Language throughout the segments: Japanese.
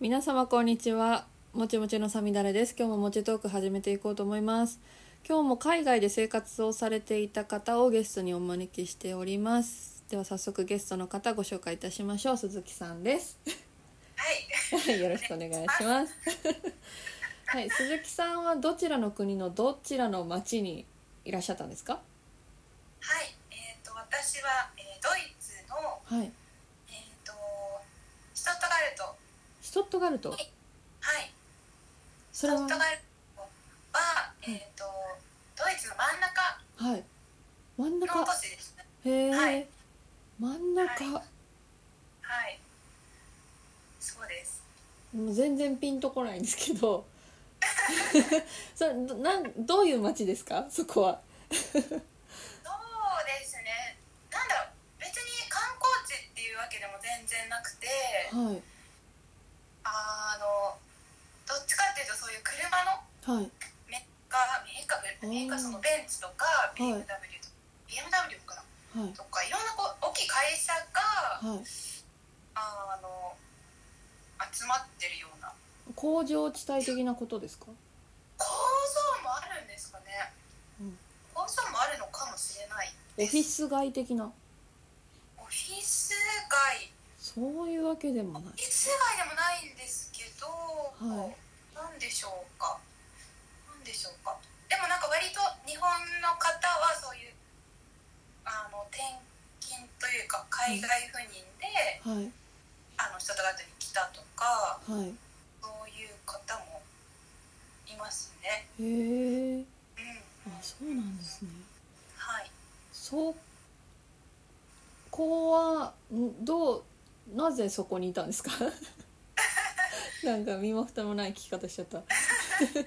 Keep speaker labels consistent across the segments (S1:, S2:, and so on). S1: 皆様こんにちはもちもちのさみだれです今日ももちトーク始めていこうと思います今日も海外で生活をされていた方をゲストにお招きしておりますでは早速ゲストの方ご紹介いたしましょう鈴木さんです
S2: はい、
S1: はい よろしくお願いします はい鈴木さんはどちらの国のどちらの町にいらっしゃったんですか
S2: はい、えっ、と私は、えードイツの
S1: はい
S2: えっ、とシュトットガルト、
S1: シュトットガルト
S2: はい、
S1: そ
S2: シュ
S1: れ
S2: ト
S1: は
S2: ットガルトはえっ、とドイツの真ん中
S1: はい真ん
S2: の
S1: 中
S2: 都市ですね。
S1: へえ、
S2: はい
S1: 真ん中、
S2: ははい、そうです。
S1: もう全然ピンとこないんですけど それどなんどういう町ですかそこは
S2: そうですね。なんだろう、別に観光地っていうわけでも全然なくて、
S1: はい
S2: あのどっちかっていうとそういう車の
S1: はい
S2: メーカーメーカーメーカーそのベンツとか
S1: い
S2: BMW とか、BMW かな。
S1: はい
S2: とかいろんなこう大きい会社が
S1: はい
S2: あの集まってるような
S1: 工場地帯的なことですか
S2: 構造もあるんですかね、
S1: うん
S2: 構造もあるのかもしれない
S1: オ
S2: で
S1: フィ
S2: す
S1: ス街的な
S2: オフィス街
S1: そういうわけでもない
S2: オフィス街でもないんですけど、
S1: はい
S2: なんでしょうかなんでしょうかでもなんか割と日本の方はそういうあの転勤というか海外赴任で、
S1: はい
S2: あの人と方に来たとか
S1: はい
S2: そういう方もいますね。
S1: へえ
S2: うん、
S1: あそうなんですね
S2: はい。
S1: そこはんどうなぜそこにいたんですか なんか身も蓋もない聞き方しちゃった
S2: そうで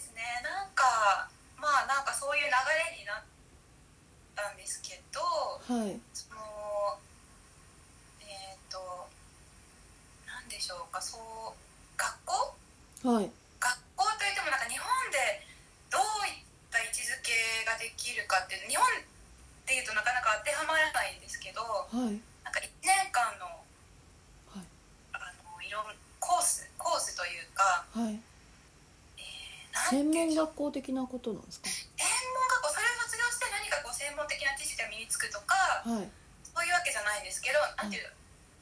S2: すね。なんかまあなんかそういう流れになったんですけど、
S1: はい
S2: そのえっ、となんでしょうか。そう学校
S1: はい
S2: 学校といってもなんか日本でどういった位置づけができるかって日本っていうとなかなか当てはまらないんですけど、
S1: はい
S2: なんか1年間の
S1: はい
S2: あのいろんコースコースというか、
S1: はい
S2: えーなんて
S1: 専
S2: いうん
S1: 門
S2: でしょう
S1: 学校的なことなんですか
S2: 専門学校それを卒業して何かこう専門的な知識が身につくとか
S1: はい
S2: そういうわけじゃないんですけどなんていう、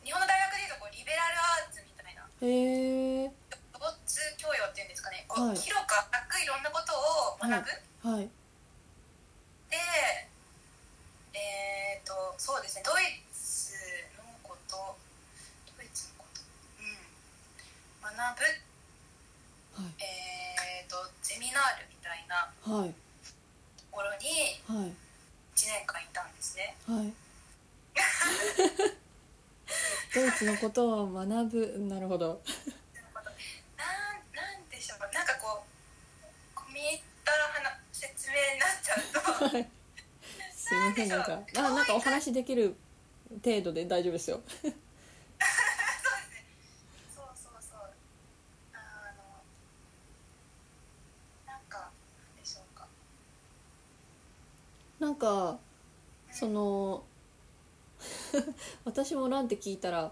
S2: 日本の大学でいうとこうリベラルアーツみたいな
S1: へえ
S2: ロボッツ教養っていうんですかねこう、
S1: はい
S2: 広く浅くいろんなことを学ぶ、
S1: はい
S2: でえっ、とそうですねドイツのことドイツのことうん学ぶ
S1: はい
S2: えー、とゼミナールみたいな
S1: はい
S2: ところに
S1: はい
S2: 1年間いたんですね
S1: はい ドイツのことを学ぶなるほど
S2: なんなんでしょうなんかこう込み入った話説明になっち ゃうと
S1: すいませんなん かあなんかお話しできる程度で大丈夫ですよ
S2: そうそうそうあのなんかなんでしょうか
S1: なんかその 私もなんて聞いたら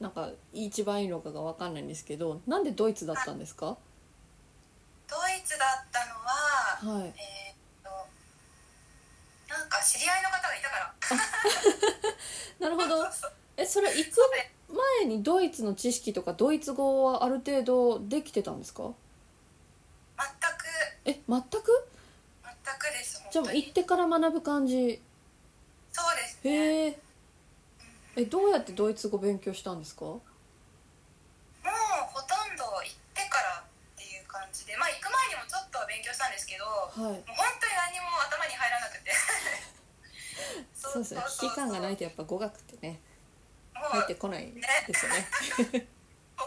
S1: なんか一番いいのかが分かんないんですけどなんでドイツだったんですか
S2: ドイツだったのは
S1: はい
S2: えっ、となんか知り合いの方がいたから
S1: なるほど
S2: そう
S1: えそれ行く
S2: そうで
S1: 前にドイツの知識とかドイツ語はある程度できてたんですか
S2: 全く
S1: え全く
S2: 全くです
S1: じゃ
S2: 本
S1: あ
S2: 当
S1: 行っ
S2: に
S1: てから学ぶ感じ
S2: そうですね
S1: へえ
S2: うん
S1: えどうやってドイツ語勉強したんですかは
S2: もうほとんど行ってからっていう感じでまあ行く前にもちょっとは勉強したんですけども
S1: いう
S2: 本当に何も頭に入らなくて
S1: そうですね危機感がないとやっぱ語学ってね入
S2: もう
S1: ってこないですよね、
S2: も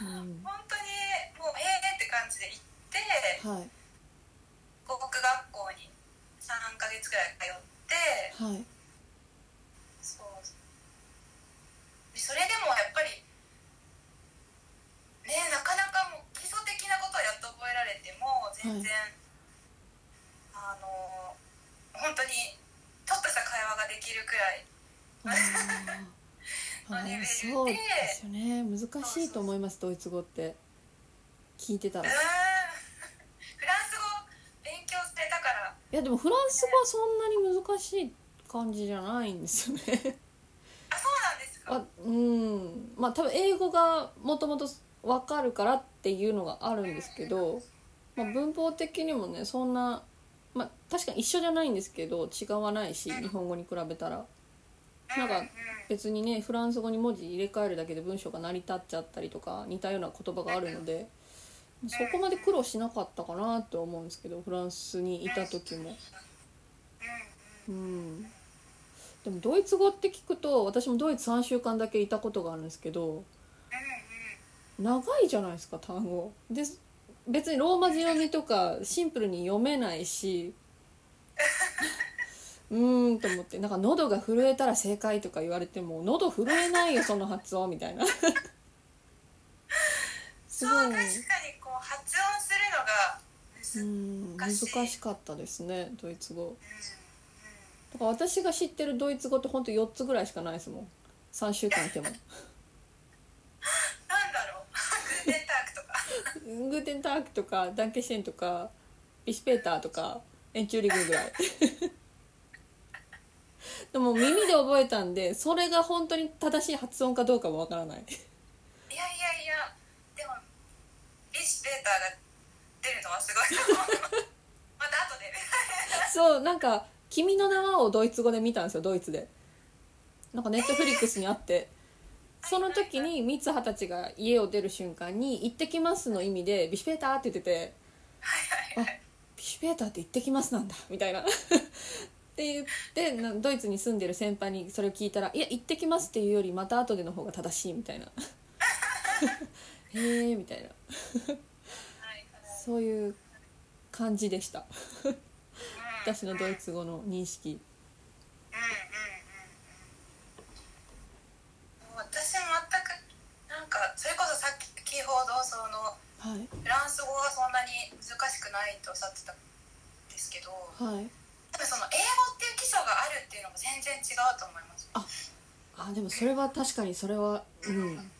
S1: うん
S2: う、本当にもうええって感じで行って
S1: はい
S2: 語学学校に3ヶ月ぐらい通って
S1: はい
S2: そうでそれでもやっぱりねなかなかもう基礎的なことはやっと覚えられても全然、あの本当にちょっとした会話ができるくらい
S1: あー
S2: のレベ
S1: あ
S2: レ
S1: そう
S2: ベルで
S1: ですよね難しいと思いますドイツ語って聞いてた
S2: うーん
S1: らい
S2: フランス語勉強してたから
S1: やでもフランス語はそんなに難しい感じじゃないんですよね
S2: あそうなんですか
S1: あうんまあ多分英語がもともと分かるからっていうのがあるんですけど、まあ、文法的にもねそんな、まあ、確かに一緒じゃないんですけど違わないし日本語に比べたらなんか
S2: うんうん
S1: 別にねフランス語に文字入れ替えるだけで文章が成り立っちゃったりとか似たような言葉があるのでそこまで苦労しなかったかなと思うんですけどフランスにいた時もう
S2: うんうん
S1: んでもドイツ語って聞くと私もドイツ3週間だけいたことがあるんですけど長いじゃないですか単語で別にローマ字読みとかシンプルに読めない しうーんと思ってなんか喉が震えたら正解とか言われても喉震えないよその発音みたいなす
S2: そう
S1: ごい
S2: 確かにこう発音するのが
S1: うー
S2: 難しい、うんうん
S1: ん難しかったですねドイツ語
S2: う
S1: だから私が知ってるドイツ語ってほんと4つぐらいしかないですもん3週間いても
S2: ん、なんだろう グーデンタークとか
S1: グーテンタークとかダンケシェンとかビシュペーターとかエンチューリグぐらい でも耳で覚えたんでそれが本当に正しい発音かどうかもわからない
S2: いやいやいやでもビシュペーターが出るのは すごいと思うまた後でね
S1: そうなんか「君の名は」をドイツ語で見たんですよドイツでなんかネットフリックスにあってその時に三葉たちが家を出る瞬間に「行ってきます」の意味で「ビシュペーター」って言ってて「あビシュペーターって行ってきますなんだ」みたいな って言ってなドイツに住んでる先輩にそれを聞いたら「いや行ってきます」っていうよりまた後での方が正しいみたいな へえみたいな
S2: はいはい
S1: そういう感じでした
S2: うん
S1: 私のドイツ語の認識
S2: うんうんうんうん私も全くなんかそれこそさっき報道その
S1: はい
S2: フランス語はそんなに難しくないとおっしゃってたんですけど
S1: はい
S2: 多分その英語っていう基礎があるっていうのも全然違うと思います
S1: あでもそれは確かにそれはうん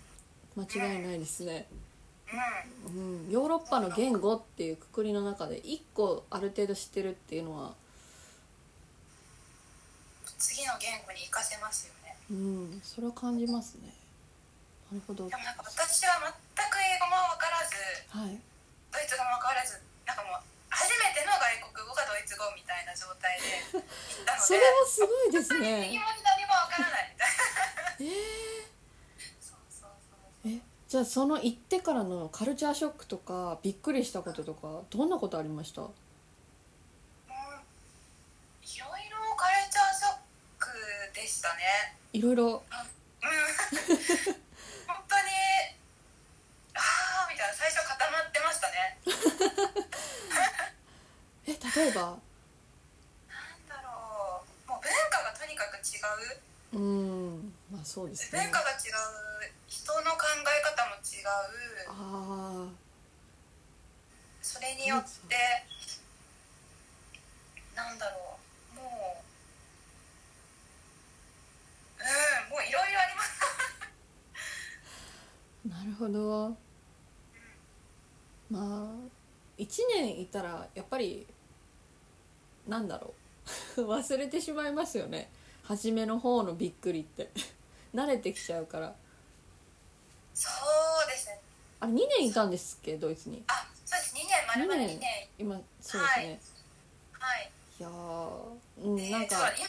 S1: 間違いないですね、
S2: うんう
S1: うん、ヨーロッパの言語っていうくくりの中で1個ある程度知ってるっていうのは、
S2: ん次の言語に活かせますよね
S1: うん、それは感じますねなるほど
S2: でもなんか私は全く英語も分からず
S1: はい
S2: ドイツ語も分からずなんかもう初めての外国語がドイツ語みたいな状態で 行ったの
S1: それ
S2: で
S1: はすごいです
S2: 右
S1: ね
S2: も左も分からないみたいな
S1: えー
S2: そうそうそう
S1: えじゃあその行ってからのカルチャーショックとかびっくりしたこととかどんなことありました
S2: うんいろいろカルチャーショックでしたね。
S1: いろいろ
S2: うん 本当にああみたいな最初固まってましたね。
S1: え例えば
S2: なんだろうもう文化がとにかく違う
S1: うんまあそうです
S2: 文
S1: ね
S2: 化が違う人の考え方も違う
S1: あ
S2: それによってなんだろうもう。うん、もういろいろあります。
S1: あなるほどまあ1年いたらやっぱりなんだろう 忘れてしまいますよね初めの方のびっくりって 慣れてきちゃうから
S2: そうですね。
S1: あれ2年いたんですっけドイツに
S2: あ、そうです。二年、まるまる二年。
S1: 今そうですね、
S2: はい。
S1: い、やーうん
S2: ね
S1: なん
S2: ちょっ
S1: か
S2: とよく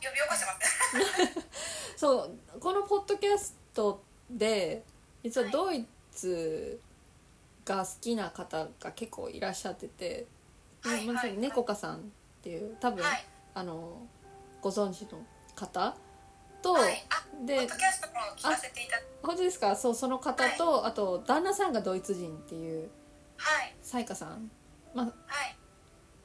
S2: 呼び起こしてますね。
S1: そうこのポッドキャストで実はドイツが好きな方が結構いらっしゃってて、
S2: はいは
S1: ご
S2: い
S1: めんなさい
S2: はい
S1: 猫かさんっていう多分、
S2: はい。
S1: あのご存知の方と、
S2: はい。あ、ポ
S1: で
S2: ッドキャストも聞かせていただ
S1: 本当ですかそうその方と、あと旦那さんがドイツ人っていう
S2: はい。
S1: 彩花さん、まあ、
S2: はい。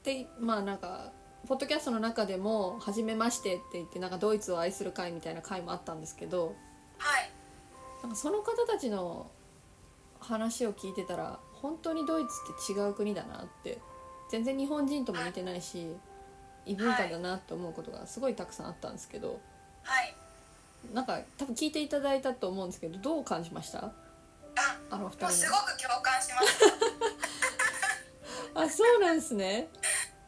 S1: でまあなんかポッドキャストの中でも「初めまして」って言ってなんかドイツを愛する会みたいな会もあったんですけど
S2: はい。
S1: なんかその方たちの話を聞いてたら本当にドイツって違う国だなって全然日本人とも似てないし異文化だなって思うことがすごいたくさんあったんですけど。
S2: はい。
S1: なんか多分聞いていただいたと思うんですけどどう感じました
S2: あ
S1: あの二
S2: も
S1: 人
S2: うす
S1: の
S2: ごく共感しましたすごい
S1: あそうなんですね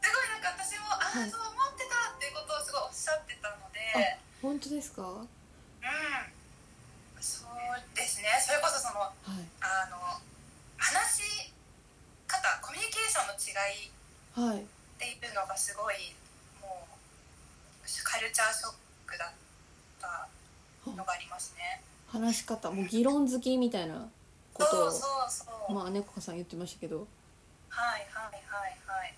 S2: なんか私もあ
S1: は
S2: あ
S1: い
S2: そう思ってたっていうことをすごいおっしゃってたので、
S1: 本当ですかは
S2: うんそうですねそれこそそのあの話し方コミュニケーションの違い
S1: いはい
S2: っていうのがすごいもうカルチャーショックだったのがありますね。
S1: 話し方もう議論好きみたいなこ
S2: そ
S1: と
S2: うそうそう、
S1: をまあ猫子さん言ってましたけど
S2: はいはいはいはい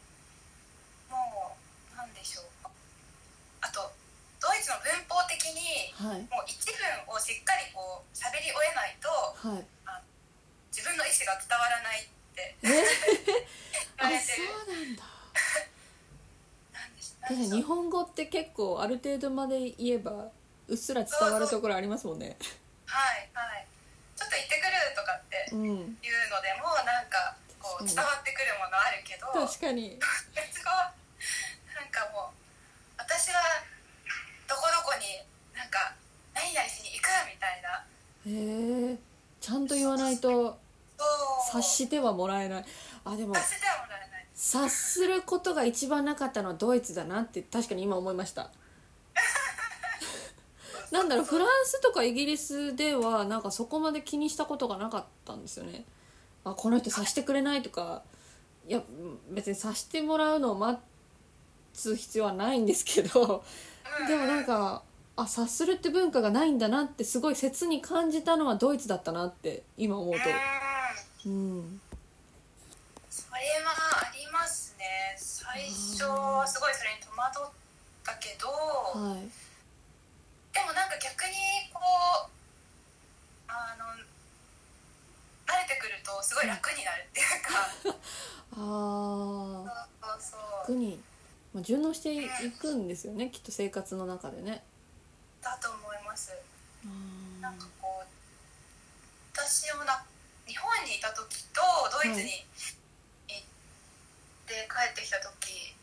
S2: もうなんでしょうあとドイツの文法的に
S1: はい
S2: もう一文をしっかりこう喋り終えないと
S1: はい
S2: 自分の意思が伝わらないって
S1: え あ
S2: 言われてる
S1: そうなんだ
S2: なんでし
S1: 確かに
S2: なんでしょ
S1: 日
S2: う
S1: 本語って結構ある程度まで言えばうっすら伝わるところありますもんね
S2: はいはいちょっと行ってくるとかって
S1: うん
S2: いうのでもなんかこう伝わってくるものあるけど
S1: 確かに
S2: すごいなんかもう私はどこどこになんか何々しに行くみたいな
S1: へえちゃんと言わないと
S2: そう
S1: 察してはもらえないあでも
S2: 察してはもらえない
S1: 察することが一番なかったのはドイツだなって確かに今思いました なんだろうフランスとかイギリスではなんかそこまで気にしたことがなかったんですよねあこの人察してくれないとかいや別に察してもらうのを待つ必要はないんですけど
S2: うん
S1: でもなんかあ察するって文化がないんだなってすごい切に感じたのはドイツだったなって今思う
S2: うん
S1: とうん
S2: それはありますね最初はすごいそれに戸惑ったけど
S1: はい
S2: でもなんか逆にこうあの慣れてくるとすごい楽になるっていうか
S1: ああ
S2: そうそうそう
S1: 特に、まあ、順応していくんですよねきっと生活の中でね
S2: だと思いますなんかこう私もな日本にいた時とドイツに行って帰ってきた時、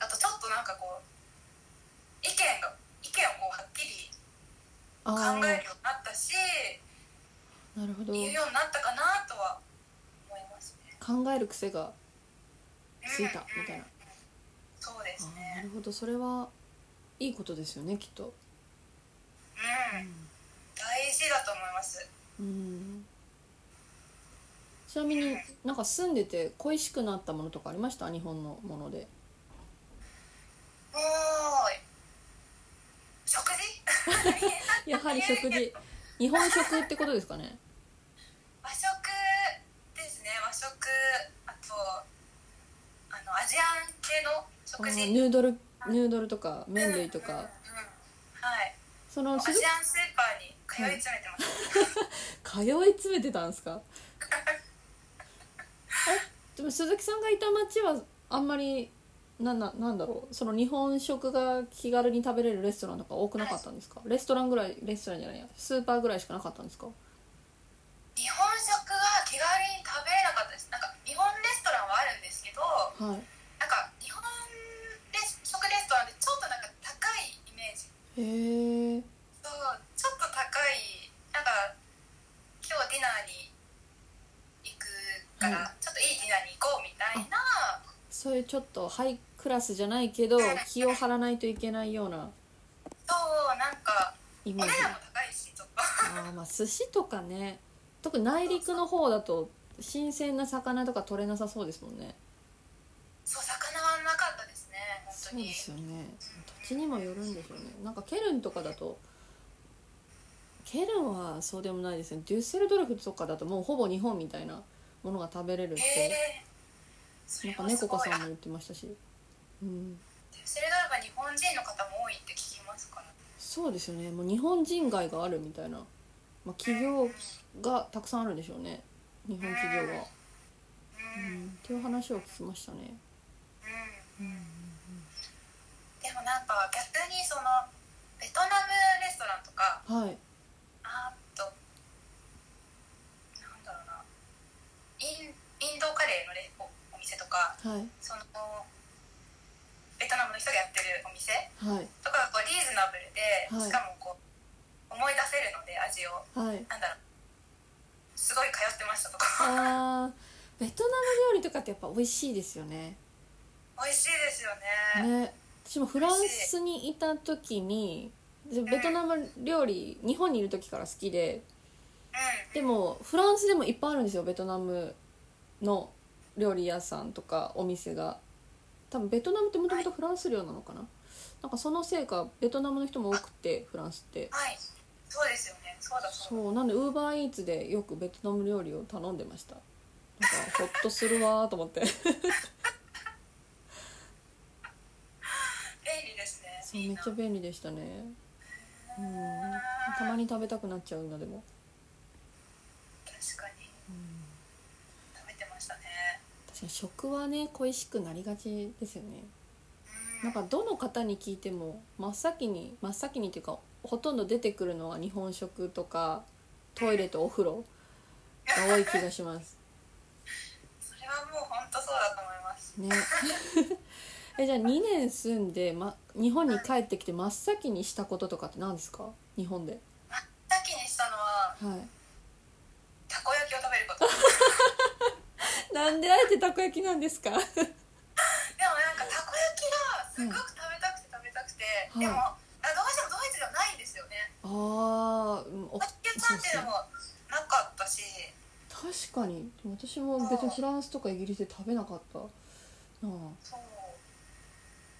S2: あとちょっとなんかこう意見が意見をこうはっきり
S1: あ
S2: 考
S1: ー
S2: えるようになったし
S1: なるほど
S2: 言うようになったかなとは思いますね。
S1: 考える癖がついた
S2: うん
S1: みたいな。
S2: そうで
S1: あ
S2: す
S1: ーな
S2: ね。
S1: るほどそれはいいことですよねきっと
S2: うん、大事だと思います。
S1: うんちなみになんか住んでて恋しくなったものとかありました日本のもので
S2: おーい。食事？
S1: やはり食事日本食ってことですかね
S2: 和食ですね和食あとあのアジアン系の
S1: あ
S2: 食
S1: ー
S2: 事
S1: ヌードルヌードルとか麺類と
S2: うんうん
S1: か
S2: はい
S1: そ
S2: ア
S1: の
S2: ジア
S1: 鈴
S2: ン
S1: 木
S2: スーパーに通い詰めてます、
S1: 通い詰めてたんですか えでも鈴木さんがいた町はあんまりなななんだろうその日本食が気軽に食べれるレストランとか多くなかったんですかレストランぐらいレストランじゃないやスーパーぐらいしかなかったんですか
S2: 日本食は気軽に食べれなかったですなんか日本レストランはあるんですけど
S1: は
S2: なんか日本レス食レストランでちょっとなんか高いイメージ
S1: いへえ
S2: そうちょっと高いなんか今日ディナーに行くから、ちょっといいディナーに行こうみたいな
S1: そういうちょっとハイクラスじゃないけど気を張らないといけないような
S2: そうなんか
S1: イメ
S2: お
S1: ージ
S2: 値段も高いしちょっと
S1: あーまあ寿司とかね特に内陸の方だと新鮮な魚とか取れなさそうですもんね
S2: そう魚はなかったですね
S1: そ
S2: 本当
S1: うで
S2: に
S1: すよね土地にもよるんでしょうねなんかケルンとかだとケルンはそうでもないですねデュッセルドルフとかだともうほぼ日本みたいなものが食べれるって、
S2: へえそ
S1: な
S2: れ
S1: んか
S2: はす
S1: 猫
S2: ご
S1: か
S2: い
S1: さんも
S2: あ
S1: 言ってましたし、うん、
S2: それがやっぱ日本人の方も多いって聞きますから
S1: そうですよねもう日本人街があるみたいな、まあ、企業
S2: うん
S1: がたくさんあるんでしょうね日本企業は、う
S2: うん、うん
S1: ん、っていう話を聞きましたね、
S2: でもなんか逆にそのベトナムレストランとか
S1: はい
S2: あーっとなんだろうなインインドカレーのレおお店とか
S1: はい
S2: そのベトナムの人がやってるお店
S1: はい
S2: とかこうリーズナブルで、
S1: はい
S2: しかもこう思い出せるので味を
S1: はい
S2: なんだろうすごい通ってましたとか
S1: あーベトナム料理とかってやっぱ美味しいですよね
S2: 美味しいですよね
S1: ね私もフランスにいた時にでベトナム料理日本にいる時から好きで
S2: うん
S1: でもフランスでもいっぱいあるんですよベトナムの料理屋さんとかお店が多分ベトナムってもともとフランス領なのかな、なんかそのせいかベトナムの人も多くてフランスって
S2: はいそうですよねそうだそうだ
S1: そうなんでウーバーイーツでよくベトナム料理を頼んでましたなんかほっとするわーと思って
S2: 便利ですね
S1: そう
S2: いい
S1: めっ
S2: な
S1: ちゃ便利でしたねうんたまに食べたくなっちゃうのでも、
S2: 確かに
S1: うん
S2: 食べてましたね
S1: 確かに食はね恋しくなりがちですよね
S2: う
S1: なんかどの方に聞いても真っ先に真っ先にっていうかほとんど出てくるのは日本食とかトイレとお風呂が多い気がします
S2: それはもう本当そうだと思います
S1: ね えじゃあ2年住んで、ま、日本に帰ってきて真っ先にしたこととかって何ですか日本で
S2: さっきにしたのは
S1: は
S2: たこ焼きを食べる ことで
S1: いなんであえてたこ焼きなんですか
S2: もなんかたこ焼きがすごく食べたくて食べたくて、
S1: うん
S2: でもあどうしてもドイツではないんですよね
S1: ああうんお
S2: お
S1: 確
S2: 酒パンっていうのもなかったし
S1: かにでも私も別にフランスとかイギリスで食べなかったなあ
S2: そう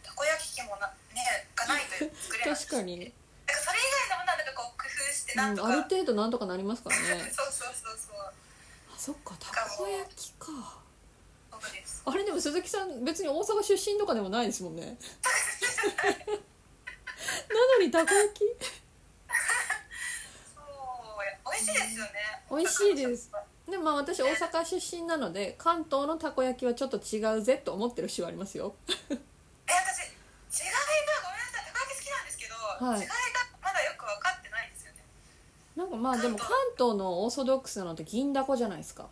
S2: たこ焼き器もなねがないという作れない
S1: 確かに、
S2: なんかそれ以外のものはなんかこう工夫して
S1: うん、
S2: な
S1: あ
S2: ん
S1: る
S2: とか、
S1: 程度なんとかなりますからね
S2: そうそうそうそう
S1: あそっかたこ焼きか
S2: そうです
S1: あれでも鈴木さん別に大阪出身とかでもないですもんね なのにたこ焼き
S2: そうや美味しいですよね
S1: 美味しいです
S2: そう
S1: でまあ私大阪出身なので関東のたこ焼きはちょっと違うぜと思ってる節はありますよ
S2: え私違いがごめんなさいたこ焼き好きなんですけど、
S1: はい
S2: 違いがまだよく分かってないんですよね
S1: なんかまあでも関東のオーソドックスなのって銀だこじゃないですか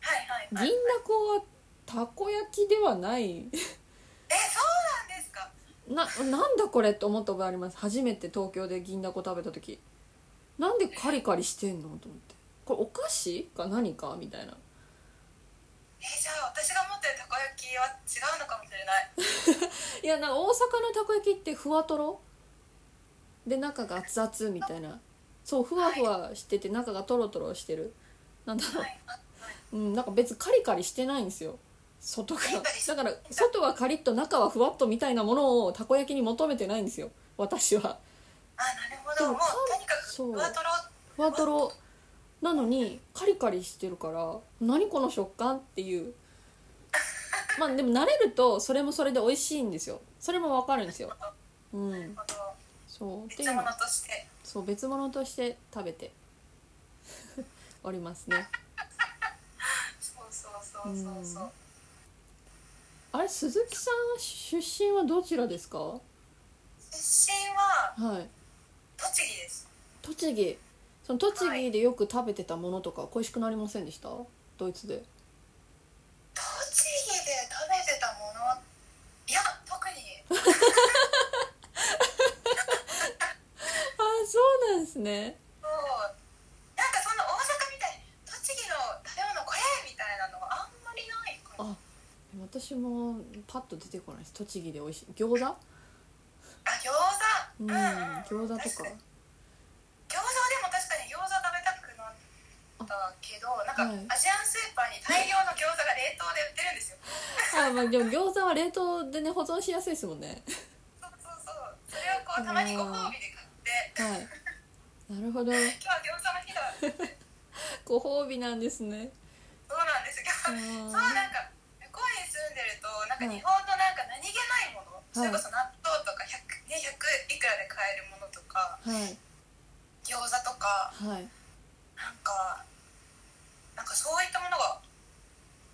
S2: はいは
S1: 銀
S2: いは
S1: だ
S2: い
S1: こはたこ焼きではない
S2: えそうなんですか
S1: ななんだこれって思った覚えあります初めて東京で銀だこ食べた時なんでカリカリしてんのと思ってこれお菓子か何かみたいな
S2: えじゃあ私が持ってるたこ焼きは違うのかもしれない
S1: いやなんか大阪のたこ焼きってふわとろで中が熱々みたいなそうふわふわしてて中がとろとろしてるなんだろ
S2: はいあはい、
S1: う、うん、なんか別にカリカリしてないんですよ外が
S2: カリカリして
S1: だから外はカリッと中はふわっとみたいなものをたこ焼きに求めてないんですよ私は
S2: あなるほ
S1: で
S2: ど
S1: も
S2: もうとにかく
S1: そう
S2: ふわとろ
S1: ふわとろなのにカリカリしてるから何この食感っていうまあでも慣れるとそれもそれで美味しいんですよそれもわかるんですようん
S2: なるほど
S1: そうってい
S2: 別
S1: うの
S2: 物として
S1: そう別物として食べて おりますね
S2: そうそうそうそうそう、
S1: あれ鈴木さん出身はどちらですかは
S2: 出身はい栃木です
S1: 栃木その栃木でよく食べてたものとか恋しくなりませんでしたドイツで
S2: 栃木で食べてたものいや特に
S1: ああそうなんですね
S2: そうなんかそんな大阪みたいに栃木の食べ物これみたいなのはあんまりないか
S1: あ
S2: な
S1: 私もパッと出てこないです栃木で美味しい餃子
S2: あ餃
S1: う
S2: 子
S1: ん餃子とか
S2: 確に餃子でも確かに餃子食べたくなったけどなんか
S1: はい
S2: アジアンスーパーに大量の餃子が冷凍で売ってるんですよ
S1: あまあでも餃子は冷凍でね保存しやすいですもんね
S2: そうそうそうそれをこうたまにご褒美で買って
S1: はいなるほど
S2: 今日は餃子の日だ
S1: ご褒美なんですね
S2: そうなんです
S1: あ
S2: 餃子そう
S1: ー
S2: なんか向こうに住んでるとなんか日本のなんか何気ないもの、それこそ納豆とか 100,、ね、100いくらで買えるものとか
S1: はい
S2: 餃子とか
S1: はい
S2: なんかなんかそういったものが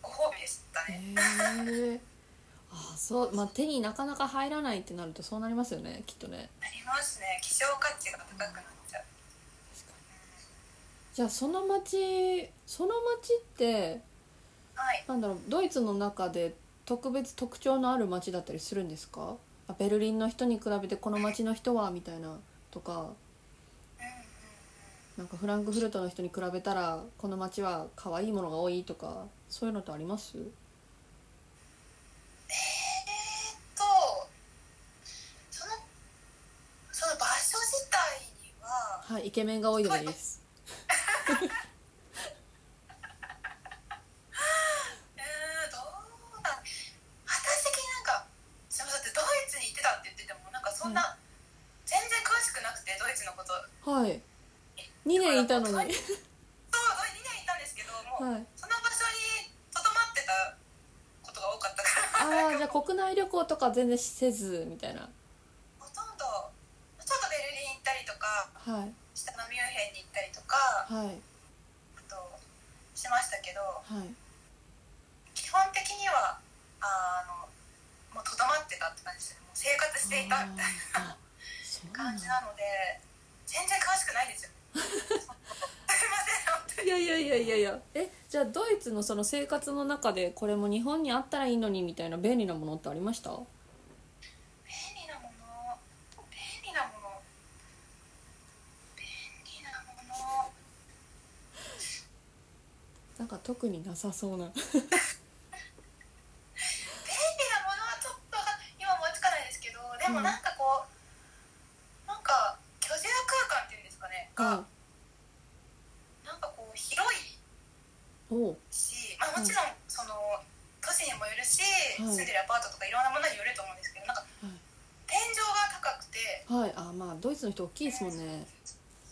S2: ご褒美でした
S1: へ
S2: ね、
S1: えあそうまあ手になかなか入らないってなるとそうなりますよねきっとね
S2: ありますね希少価値が高くなっちゃう
S1: じゃあその町その町って
S2: はい
S1: なんだろうドイツの中で特別特徴のある町だったりするんですかあベルリンの人に比べてこの町の人はみたいなとか
S2: うんうん
S1: なんかフランクフルトの人に比べたらこの街は可愛いものが多いとかそういうのってあります
S2: えーっとそのその場所自体には
S1: はいイケメンが多いでもいいです
S2: えー、どうだ私的になんかすみませんだってドイツに行ってたって言っててもなんかそんな、全然詳しくなくてドイツのこと
S1: はい2年いたのに
S2: は
S1: はいい
S2: そうドイ2年いたんですけどもう、その場所にとどまってたことが多かったか
S1: あ
S2: ら
S1: あじゃあ国内旅行とか全然せずみたいな
S2: ほとんどちょっとベルリン行ったりとか
S1: はい
S2: 下のミュンヘンに行ったりとか
S1: は
S2: あ
S1: い
S2: としましたけど
S1: はい
S2: 基本的にはあのもうとどまってたって感じですねもう生活していたみたい
S1: あーあ
S2: な
S1: そうな
S2: 感
S1: ん
S2: じ
S1: だ
S2: なので全然詳しくないですよすいません本当に
S1: いやいやいやいやいやえじゃあドイツのその生活の中でこれも日本にあったらいいのにみたいな便利なものってありました
S2: 便利なもの便利なもの便利なもの
S1: なんか特になさそうな
S2: 便利なものはちょっと今思いつかないですけどでもなんかこう、なんか居住空間っていうんですかねが、
S1: は
S2: なんかこう広い
S1: いおう
S2: し、まあ、もちろんその都市にもよるし、
S1: はい
S2: 住んでるアパートとかいろんなものによると思うんですけどなんか
S1: はい
S2: 天井が高くて
S1: はいあーまあドイツの人大きいですもんね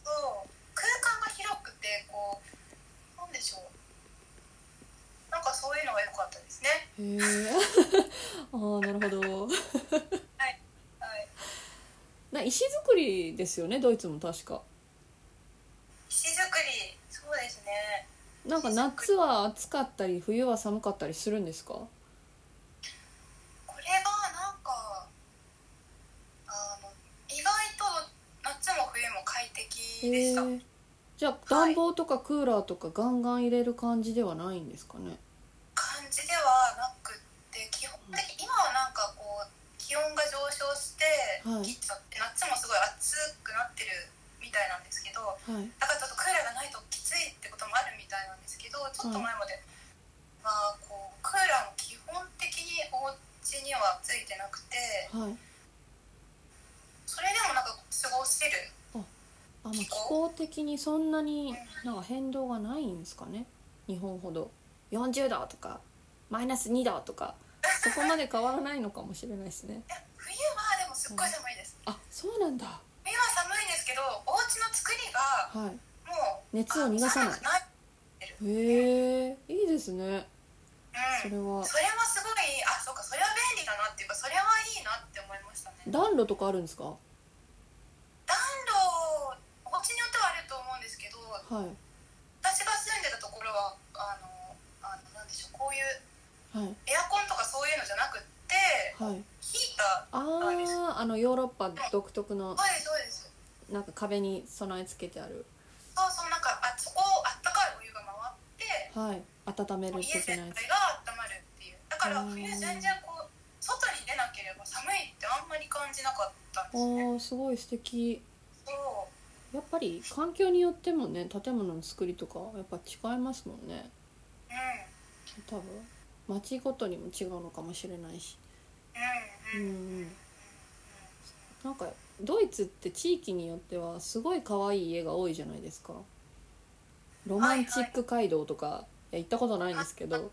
S2: そう空間が広くてこうなんでしょうなんかそういうのが良かったですね。
S1: へえ ああなるほど
S2: はい、
S1: な石造りですよねドイツも確か
S2: 石造りそうですね
S1: なんか夏は暑かったり冬は寒かったりするんですか
S2: これがなんかあの意外と夏も冬も快適でした。
S1: ーじゃあ暖房とかクーラーとかガンガン入れる感じではないんですかね
S2: 感じではなくって基本的に今はなんかこう気温が上昇して
S1: はい
S2: 切っちゃって夏もすごい暑くなってるみたいなんですけど
S1: はい
S2: だからちょっとクーラーがないときついってこともあるみたいなんですけどちょっと前までまあこうクーラーも基本的にお家にはついてなくて
S1: はい
S2: それでもなんか過ごせる
S1: あまあ気候的にそんなになんか変動がないんですかね日本ほど40度とかマイナス2度とかそこまで変わらないのかもしれないですね
S2: いや冬はでもすっごい寒いです
S1: あそうなんだ
S2: 冬は寒いんですけどお家の作りが
S1: は
S2: もう
S1: い熱を逃がさない
S2: あ寒くない
S1: いへえいいですねそ
S2: うん
S1: れは
S2: それはすごいあそうかそれは便利だなっていうかそれはいいなって思いましたね
S1: 暖炉とかあるんですか
S2: 暖炉お家によってはあると思うんですけど
S1: は
S2: 私が住んでたところはあのあのなんでしょうこういう
S1: いはい
S2: エアコンとかそういうのじゃなくって
S1: はい
S2: ヒーター
S1: あああのヨーロッパ独特の
S2: そうですそうです
S1: なんか壁に備え付けてある
S2: そうそうなんかあそこをあったかいお湯が回
S1: は
S2: って
S1: い温める
S2: 家
S1: 的
S2: 全
S1: な
S2: 体
S1: やつ
S2: が温まるっていうだから
S1: うん
S2: 冬全然こう外に出なければ寒いってあんまり感じなかったん
S1: あ
S2: ですね
S1: ーすごい素敵
S2: そう
S1: やっぱり環境によってもね建物の作りとかやっぱ違いますもんね
S2: うんうん
S1: 多分町ごとにも違うのかもしれないしうん
S2: うん
S1: うんなんかドイツって地域によってはすごい可愛い家が多いじゃないですかロマンチック街道とか、いや行ったことないんですけど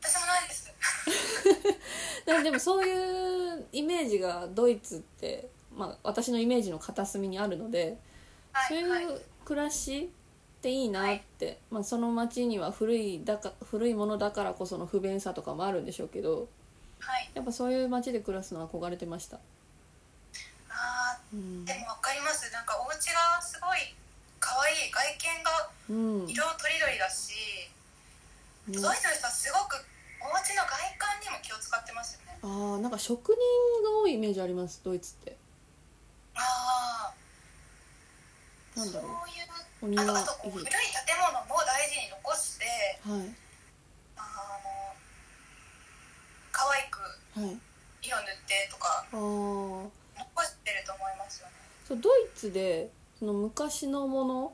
S2: 私もないです
S1: ででもそういうイメージがドイツって、まあ、私のイメージの片隅にあるので
S2: は
S1: そう
S2: いはい
S1: い、う暮らしっていいなって、まあ、その町には古いだか古いものだからこその不便さとかもあるんでしょうけど
S2: はい、
S1: やっぱそういう町で暮らすのは憧れてました、
S2: あ
S1: う
S2: ー
S1: ん
S2: でもわかりますなんかお家がすごい可愛い外見が
S1: うんね
S2: 色とりどりだし、ドイツの人はすごくお家の外観にも気を使ってますよね
S1: あーなんか職人が多いイメージありますドイツって
S2: ああ
S1: なんだろ
S2: そういう
S1: うお庭
S2: あと
S1: は
S2: あとこう古い建物も大事に残して
S1: い
S2: あの可愛く
S1: はい
S2: 色塗ってとか
S1: あー
S2: 残してると思いますよね
S1: そうドイツでその昔のもの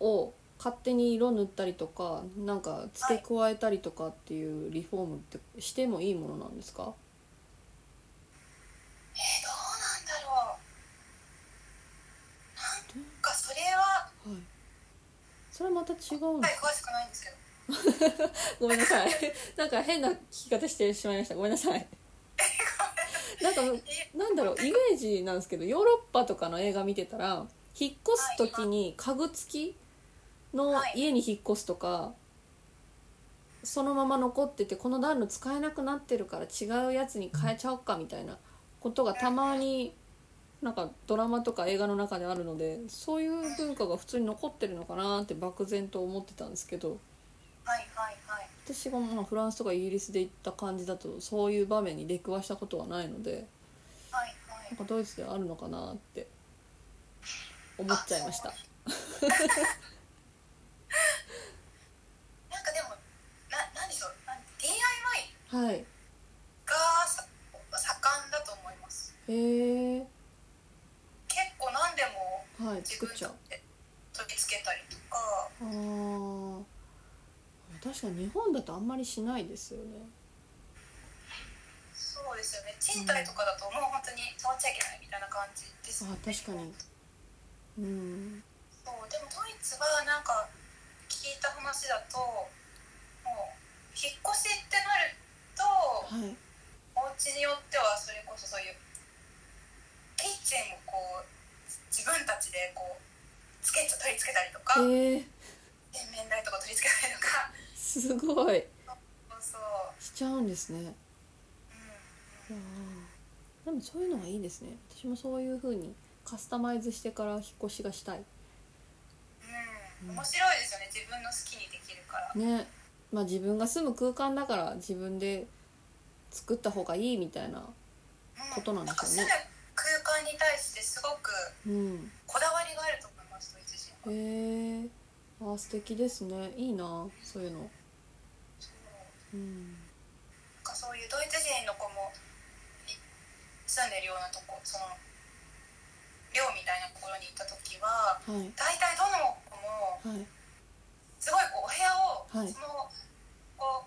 S1: を勝手に色塗ったりとかなんか付け加えたりとかっていうリフォームってしてもいいものなんですか、
S2: えー、どうなんだろうなんかそれは
S1: はい、それまた違うん
S2: はい詳しくないんですけど
S1: ごめんなさい なんか変な聞き方してしまいましたごめんなさいなんか
S2: え
S1: なんだろうイメージなんですけどヨーロッパとかの映画見てたら引っ越す時に家具付きの家に引っ越すとかそのまま残っててこの暖炉使えなくなってるから違うやつに変えちゃおっかみたいなことがたまになんかドラマとか映画の中であるのでそういう文化が普通に残ってるのかなって漠然と思ってたんですけど
S2: はいはいはい
S1: 私がまあフランスとかイギリスで行った感じだとそういう場面に出くわしたことはないので。
S2: はいはい
S1: なんかドイツであるのかなって思っちゃいました。
S2: なんかでもななんでしょうなん DIY
S1: はい。
S2: がさ盛んだと思います
S1: へえ。
S2: 結構何でも
S1: はい、
S2: 自
S1: 作
S2: 分
S1: っちゃう。
S2: で取り付けたりとか
S1: ああ。確かに日本だとあんまりしないですよね。
S2: そうですよね賃貸とかだともう本当に触っちゃいけないみたいな感じです
S1: あ
S2: よね
S1: ー確かに。うん。
S2: そうでもドイツはなんか聞いた話だともう引っ越しってなると
S1: はい。
S2: お家によってはそれこそそういうキッチンをこう自分たちでこうつけちゃ取り付けたりとか
S1: ええー。
S2: 洗面台とか取り付けたりとか
S1: すごい。
S2: そうそう
S1: しちゃうんですね。いや
S2: う
S1: ーでもそういうのはいいですね。私もそういう風にカスタマイズしてから引っ越しがしたい。
S2: ん、うん、面白いですよね自分の好きにできるから
S1: ねまあ自分が住む空間だから自分で作った方がいいみたいなことなんでしょうね
S2: なんか住む空間に対してすごく
S1: うん
S2: こだわりがあると思いますドイツ人は
S1: へえあー素敵ですねいいなそういうの
S2: そ
S1: う
S2: う
S1: ん
S2: なんかそういうドイツ人の子もい住んでるようなとこその寮みたいなところに行った時
S1: は
S2: は
S1: い
S2: 大体どの子も
S1: はい
S2: すごいこうお部屋を
S1: はい
S2: その、こう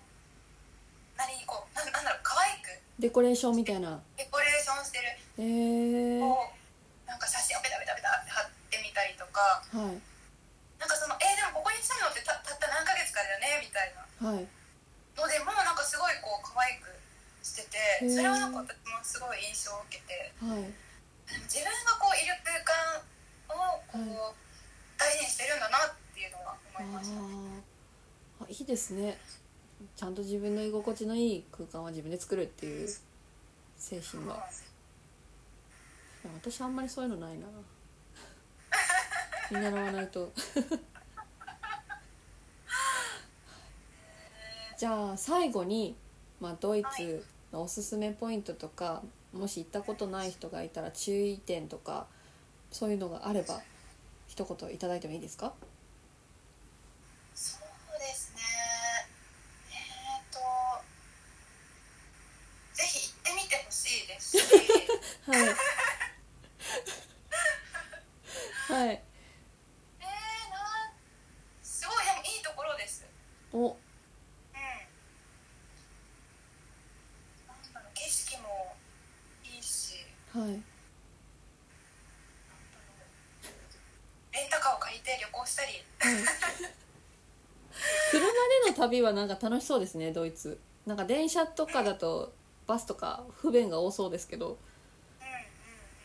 S2: 何にこうなんなんだろう可愛く
S1: デコレーションみたいな
S2: デコレーションしてる
S1: へえは
S2: こうなんか写真をベタベタベタって貼ってみたりとかなんかその「えー、でもここに住むのってたたった何ヶ月かだよね」みたいな
S1: はい
S2: いのでもうなんかすごいこう可愛くしてて
S1: へー
S2: それはなんか私もすごい印象を受けて。
S1: はい
S2: 自分がこういる空間をこう大事にしてるんだなっていうのは
S1: あ
S2: 思いました、
S1: ーあいいですねちゃんと自分の居心地のいい空間は自分で作るっていう精神がいや私あんまりそういうのないな見習わないとじゃあ最後に、まあ、ドイツのおすすめポイントとかもし行ったことない人がいたら注意点とかそういうのがあれば一言いただいてもいいですか
S2: そうですねえっ、とぜひ行ってみてほしいですし
S1: はいはい
S2: えー、なんすごいでもいいところです
S1: お
S2: うんなんだろう景色もいいし
S1: はい
S2: なんだろうレンタカーを借りて旅行したり
S1: はい、車での旅はなんか楽しそうですねドイツなんか電車とかだとバスとか不便が多そうですけど
S2: うんうん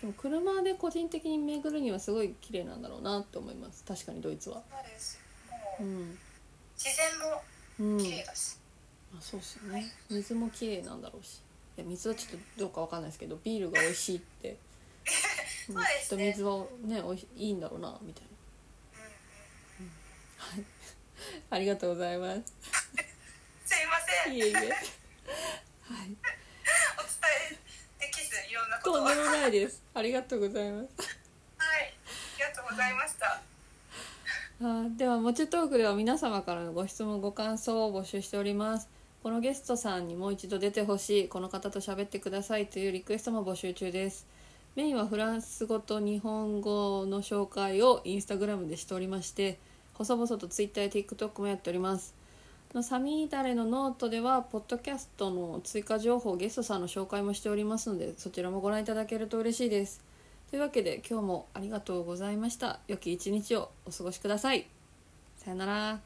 S1: でも車で個人的に巡るにはすごい綺麗なんだろうなって思います確かにドイツは
S2: そうです
S1: う
S2: もうん自然も
S1: うん
S2: 綺麗だし、
S1: あそうっすよね水も綺麗なんだろうしいや水はちょっとどうかわかんないですけどビールが美味しいっ て、うん
S2: そうですね
S1: きっと水はねおいしいいんだろうなみたいな
S2: うんうん
S1: はいありがとうございます
S2: すいません
S1: いえいえはい
S2: お伝えできずいろんなことと
S1: ん
S2: は
S1: で
S2: い
S1: もないですありがとうございます
S2: ありがとうございました
S1: あーでは「もちトーク」では皆様からのご質問ご感想を募集しておりますこのゲストさんにもう一度出てほしいこの方と喋ってくださいというリクエストも募集中ですメインはフランス語と日本語の紹介をインスタグラムでしておりまして細々と Twitter や TikTok もやっておりますあのサミーダレのノートではポッドキャストの追加情報ゲストさんの紹介もしておりますのでそちらもご覧いただけると嬉しいですというわけで今日もありがとうございました良き一日をお過ごしくださいさよなら